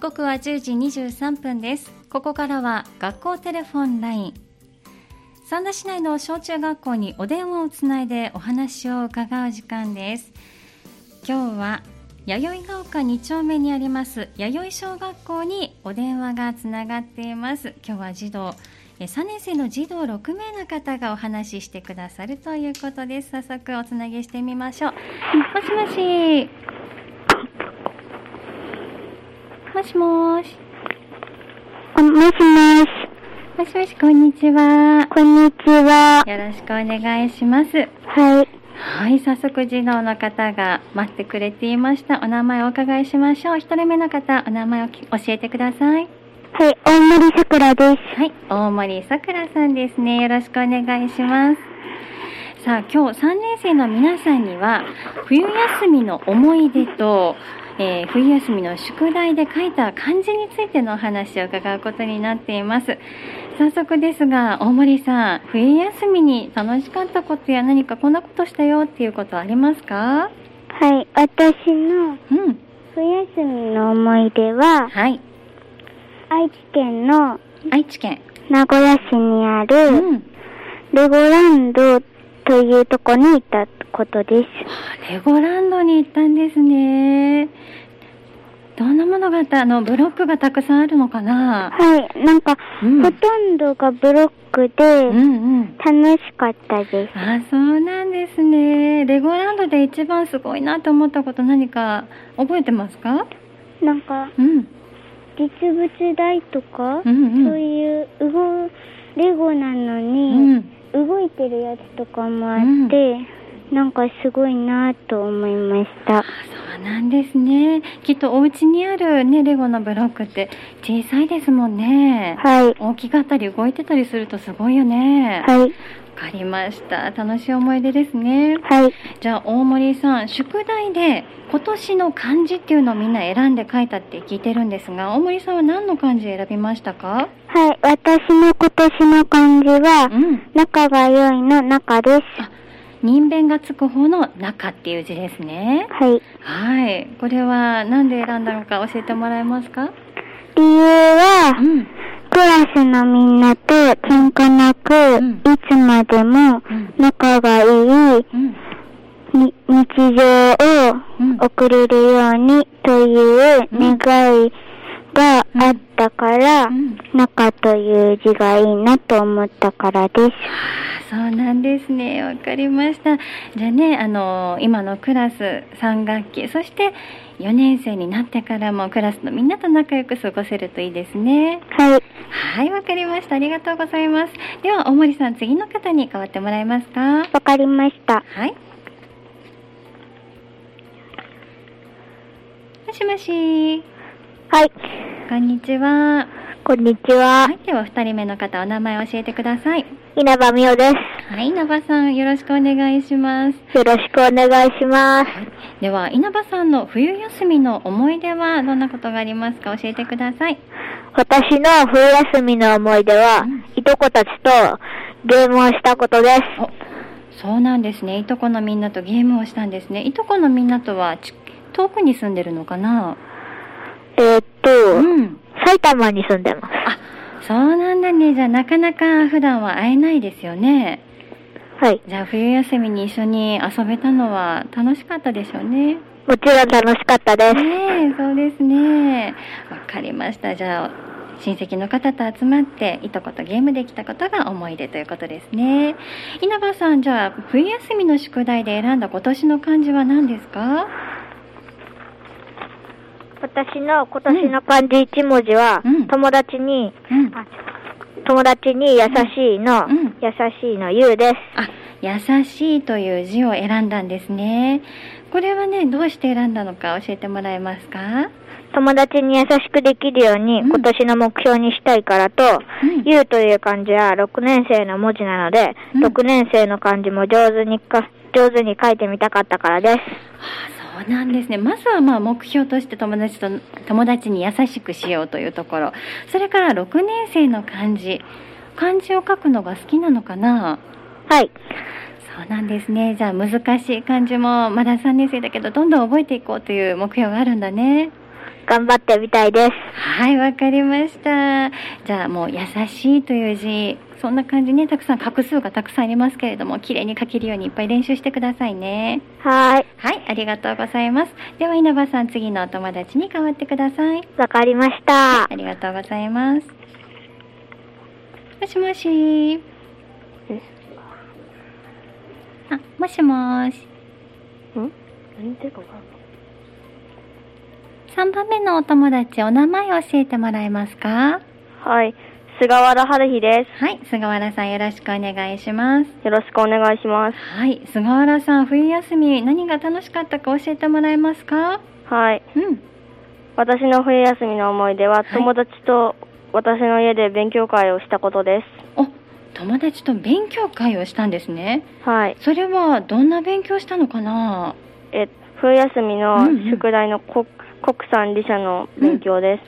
刻は10時23分ですここからは学校テレフォンライン三田市内の小中学校にお電話をつないでお話を伺う時間です今日は弥生が丘2丁目にあります弥生小学校にお電話がつながっています今日は児童え3年生の児童6名の方がお話ししてくださるということです早速おつなぎしてみましょうもしもしもしもしあもしもし、もしもしこんにちはこんにちは。よろしくお願いしますはい。はい早速児童の方が待ってくれていましたお名前をお伺いしましょう一人目の方お名前をき教えてくださいはい、大森さくらです。はい、大森さくらさんですね。よろしくお願いします。さあ、今日3年生の皆さんには、冬休みの思い出と、えー冬休みの宿題で書いた漢字についてのお話を伺うことになっています。早速ですが、大森さん、冬休みに楽しかったことや何かこんなことしたよっていうことありますかはい、私のうん。冬休みの思い出は、はい。愛知県の愛知県。名古屋市にあうるん。レゴランドというとこに行ったことです。レゴランドに行ったんですね。どんなものがあったあのブロックがたくさんあるのかな。はい、なんか、うんほとんどがブロックでう、んうん。楽しかったです。あ、そうなんですね。レゴランドで一番すごいなと思ったこと何か覚えてますか？なんか、うん。実物大とか、うんうんそういう動、レゴなのうに、ん。動いてるやつとかもあって、なんかすごいなと思いましたあ、そうなんですね。きっとお家にあるねレゴのブロックって小さいですもんね。はい大きかったり動いてたりするとすごいよね。わはいかりました。楽しい思い出ですね。はいじゃあ大森さん宿題で今年の漢字っていうのをみんな選んで書いたって聞いてるんですが大森さんは何の漢字選びましたかはい私の今年の漢字はうん仲が良いの仲ですあ人弁がつく方の中っていう字ですねはいはいこれは何で選んだのか教えてもらえますか理由うはんクラスのみんなと喧嘩なく、んいつまでもうん仲がいいうんに日常を送れるようにという願いがあったから、うん中という字がいいなと思ったからです。あそうなんですねわかりましたじゃあねあの今のクラス3学期そして4年生になってからもクラスのみんなと仲良く過ごせるといいですねはい。はい、わかりました。ありがとうございます。では、大森さん、次の方に代わってもらえますか。わかりました。はい。もしもし。はい。こんにちは。こんにちははい、では、二人目の方、お名前を教えてください。稲葉美桜ではい、稲葉さん、よろしくお願いします。す。よろしくお願いします。では、稲葉さんの冬休みの思い出は、どんなことがありますか、教えてください。私の冬休みの思い出はうん、いとこたちとゲームをしたことです。おそうなんですねいとこのみんなとゲームをしたんですねいとこのみんなとはち遠くに住んでるのかなえーっうと、ん埼玉に住んでます。あそうなんだねじゃあなかなか普段は会えないですよねはい。じゃあ冬休みに一緒に遊べたのは楽しかったでしょうねもちろん楽しかったです。ねえそうですねわかりましたじゃあ親戚の方と集まっていとことゲームできたことが思い出ということですね稲葉さんじゃあ冬休みの宿題で選んだ今年の漢字は何ですか私の今年の漢字一文字は、うん友達に、うんあ友達に優しいの、うん優しいの優です。あ、優しいという字を選んだんですね。これはね、どうして選んだのか教えてもらえますか。友達に優しくできるように、うん今年の目標にしたいからと、うんゆうという漢字は6年生の文字なので、うん6年生の漢字も上手にか、上手に書いてみたかったからです。あ、そうなんですね。まずはまあ目標として友達と友達に優しくしようというところ。それから6年生の漢字。漢字を書くのが好きなのかな。はい。そうなんですね。じゃあ難しい漢字もまだ3年生だけどどんどん覚えていこうという目標があるんだね。頑張ってみたいです。はい、わかりました。じゃあもう優しいという字、そんな感じね、たくさん画数がたくさんありますけれども、綺麗に書けるようにいっぱい練習してくださいね。はーい。はい、ありがとうございます。では稲葉さん、次のお友達に代わってください。わかりましたあ。りがとうございます。もしもし。あ、もしもし。3番目のお友達、お名前教えてもらえますかはい。菅原春日ではい、菅原さんよろしくお願いします。す。よろしくお願いします。はい、菅原さん、冬休み何が楽しかったか教えてもらえますかはい。うん。私の冬休みの思い出は、い友達と私の家で勉強会をしたことでお、友達と勉強会をしたんですね。す。はい。それはどんな勉強したのかなえ、冬休みうのんうん宿題の国、国産理社の勉強です。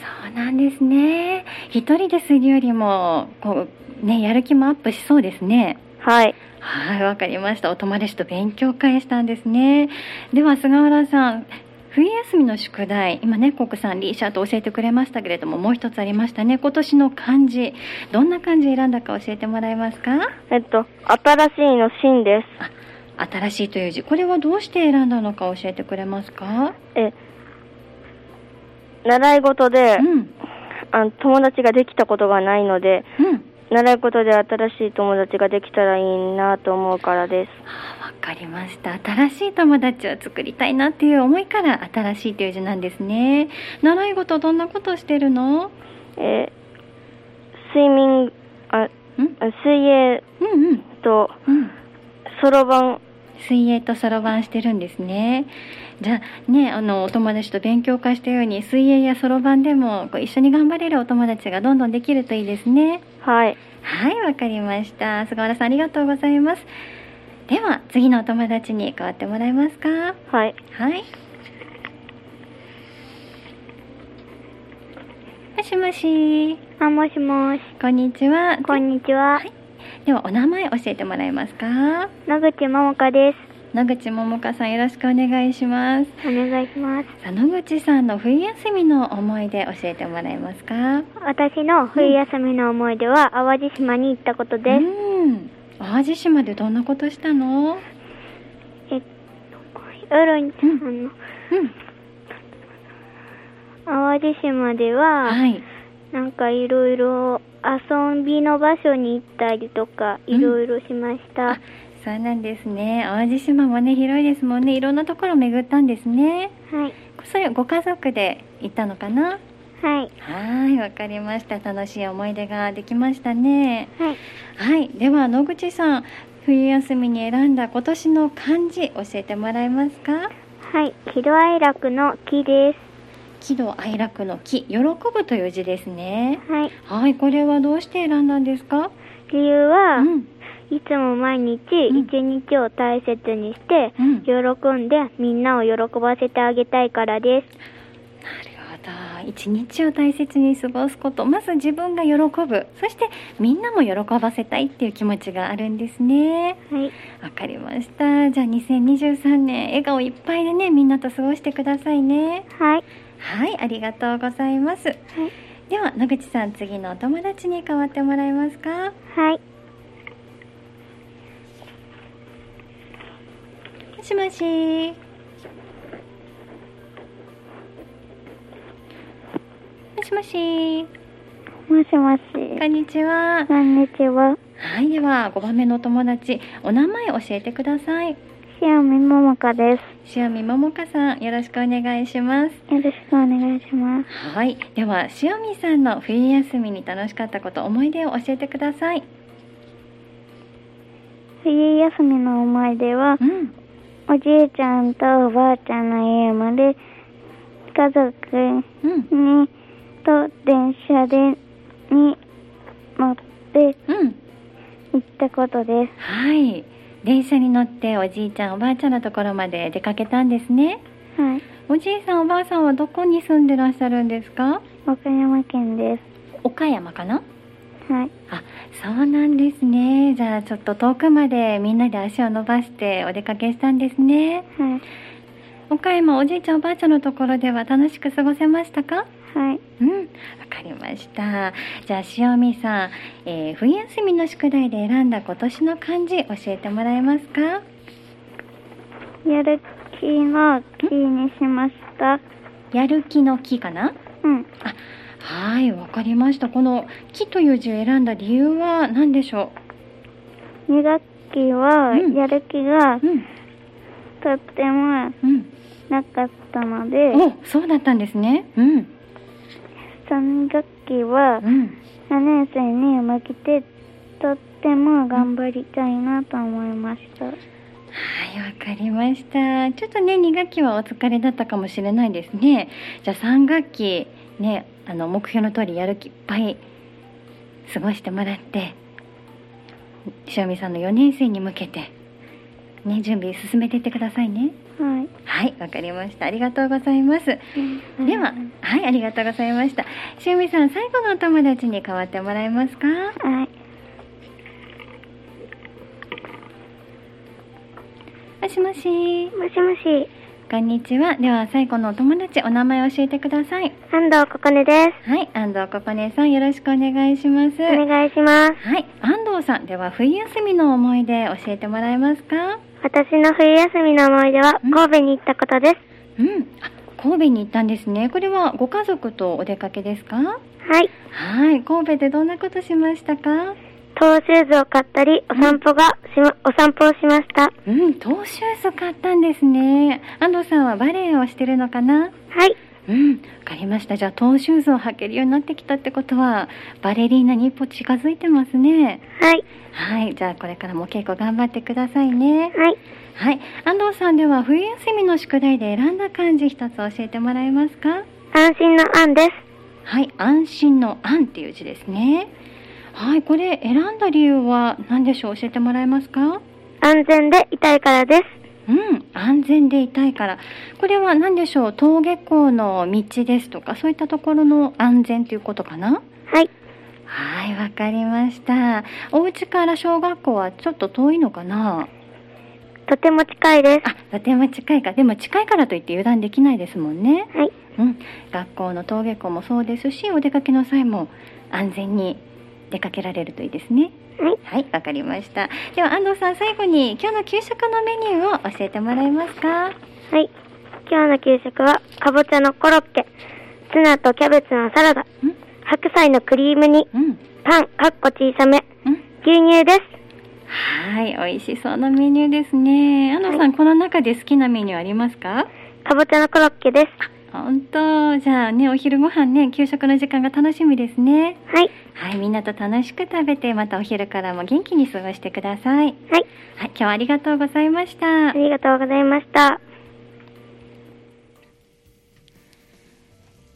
そうなんですね。一人でするよりも、こう、ね、やる気もアップしそうですね。はい。はい、わかりました。お友達と勉強会したんですね。では、菅原さん、冬休みの宿題、今ね、国産リーシャーと教えてくれましたけれども、もう一つありましたね。今年の漢字、どんな漢字選んだか教えてもらえますかえっと、新しいの新です。新しいという字、これはどうして選んだのか教えてくれますかえ、習い事でう、ん、あの友達ができたことがないので、うん。習い事で新しい友達ができたらいいなと思うからです。あわかりました新しい友達を作りたいなっていう思いから新しいという字なんですね習い事どんなことをしてるのえー、睡眠、あ、んうん水泳うんとうんそろばん、水泳とそろばんしてるんですねじゃあねあのお友達と勉強会したように水泳やそろばんでもこう一緒に頑張れるお友達がどんどんできるといいですねはい。はいわかりました菅原さんありがとうございますでは次のお友達に代わってもらえますかはい。はい。もしもし、あ、もしもし。こんにちは。んにちは。ではお名前教えてもらえますか。野口桃香です。野口桃香さんよろしくお願いします。お願いします。さあ野口さんの冬休みの思い出教えてもらえますか。私の冬休みの思い出は淡路島に行ったことうです。ん。淡路島でどんなことしたの？えっと、夜に、うんうん。あの、淡路島では、はい。なんかいろいろ遊びの場所に行ったりとか、うんいろいろしました。そうなんですね。淡路島もね広いですもんね。いろんなところ巡ったんですね。はい。それご家族で行ったのかな？はい。はい、わかりました。楽しい思い出ができましたね。はい。はい、では野口さん、冬休みに選んだ今年の漢字教えてもらえますか？はい。喜怒哀楽の木で喜怒哀楽の喜、喜ぶという字ですね。す。はい。はい、これはどうして選んだんですか？理由は、うん、いつも毎日うん一日を大切にして、うん喜んでみんなを喜ばせてあげたいからです。なるほど。一日を大切に過ごすこと、まず自分が喜ぶ、そしてみんなも喜ばせたいっていう気持ちがあるんですね。はい。わかりました。じゃあ2023年笑顔いっぱいでねみんなと過ごしてくださいね。はい。はい、ありがとうございます。では野口さん次のお友達に代わってもらえますか。はい。もしもし。もしもし。もしもし。こんにちは。こんにちは。はい、では5番目のお友達、お名前教えてください。塩見桃香です。塩見桃香さん、よろしくお願いします。よろしくお願いします。はい、では塩見さんの冬休みに楽しかったこと、思い出を教えてください。冬休みの思い出はう、ん、おじいちゃんとおばあちゃんの家まで家族うん、にと電車でに乗ってうん。行ったことです。はい、電車に乗っておじいちゃんおばあちゃんのところまで出かけたんですね。はい。おじいさんおばあさんはどこに住んでらっしゃるんですか？岡山県です。岡山かな？はい。あ、そうなんですね。じゃあちょっと遠くまでみんなで足を伸ばしてお出かけしたんですね。はい。岡山おじいちゃんおばあちゃんのところでは楽しく過ごせましたかはい。うん、わかりました。じゃあ、しおみさん、えー冬休みの宿題で選んだ今年の漢字教えてもらえますかやる気のキーにしました。やる気の気かなうん。はい、わかりました。この気という字を選んだ理由は何でしょ2学期はうんやる気がううん、とってもうん。なかったので、お、そうだったんですね。うん、 3学期はうん。 4年生に向けてとっても頑張りたいなと思いました。はい、わかりました。ちょっとね、2学期はお疲れだったかもしれないですね。じゃあ3学期、ね、あの、目標の通りやる気いっぱい過ごしてもらって、しおみさんの4年生に向けて、ね、準備進めていってくださいね。はい。はい、わかりました。ありがとうございます。では、はい、ありがとうございました。しおみさん、最後のお友達に代わってもらえますかはい。もしもし。もしもし、こんにちは。では、最後のお友達、お名前を教えてください。安藤ここねです。はい、安藤ここねさん、よろしくお願いします。お願いします。はい、安藤さん、では冬休みの思い出教えてもらえますか私の冬休みの思い出はうん神戸に行ったことです。うん、あ神戸に行ったんですね。これはご家族とお出かけですかはい。はい、神戸でどんなことしましたかトーシューズを買ったり、お散歩がしま、お散歩をしました。は。うん、トーシューズ買ったんですね。安藤さんはバレエをしてるのかないうん、わかりました。じゃあ、トーシューズを履けるようになってきたってことは、バレリーナに一歩近づいてますね。はい。はい、じゃあ、これからもお稽古頑張ってくださいね。はい。はい、安藤さんでは冬休みの宿題で選んだ漢字一つ教えてもらえますか安心の安です。はい、安心の安っていう字ですねはい、これ選んだ理由は何でしょう教えてもらえますか安全で痛いからです。うん、安全でいたいからこれは何でしょう登下校の道ですとかそういったところの安全ということかなはい。はい、わかりましたお家から小学校はちょっと遠いのかなとても近いです。あ、とても近いかでも近いからといって油断できないですもんねはい。うん、学校の登下校もそうですしお出かけの際も安全に出かけられるといいですねはい。はいわかりましたでは安藤さん最後に今日の給食のメニューを教えてもらえますかはい。今日の給食は、かぼちゃのコロッケ、ツナとキャベツのサラダ、うん白菜のクリーム煮、うんパン、かっこ小さめ、うん牛乳です。はい美味しそうなメニューですね安藤さん、この中で好きなメニューありますかかぼちゃのコロッケです。本当じゃあねお昼ご飯ね給食の時間が楽しみですねはい。はいみんなと楽しく食べてまたお昼からも元気に過ごしてくださいはいはい。今日はありがとうございましたありがとうございました。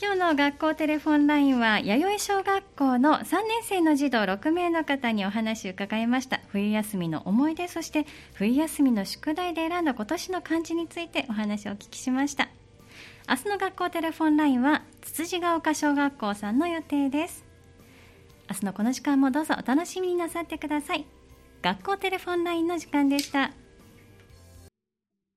今日の学校テレフォンラインは弥生小学校の3年生の児童6名の方にお話を伺いました冬休みの思い出そして冬休みの宿題で選んだ今年の漢字についてお話をお聞きしました明日の学校テレフォンラインはつつじが丘小学校さんの予定です明日のこの時間もどうぞお楽しみになさってください学校テレフォンラインの時間でした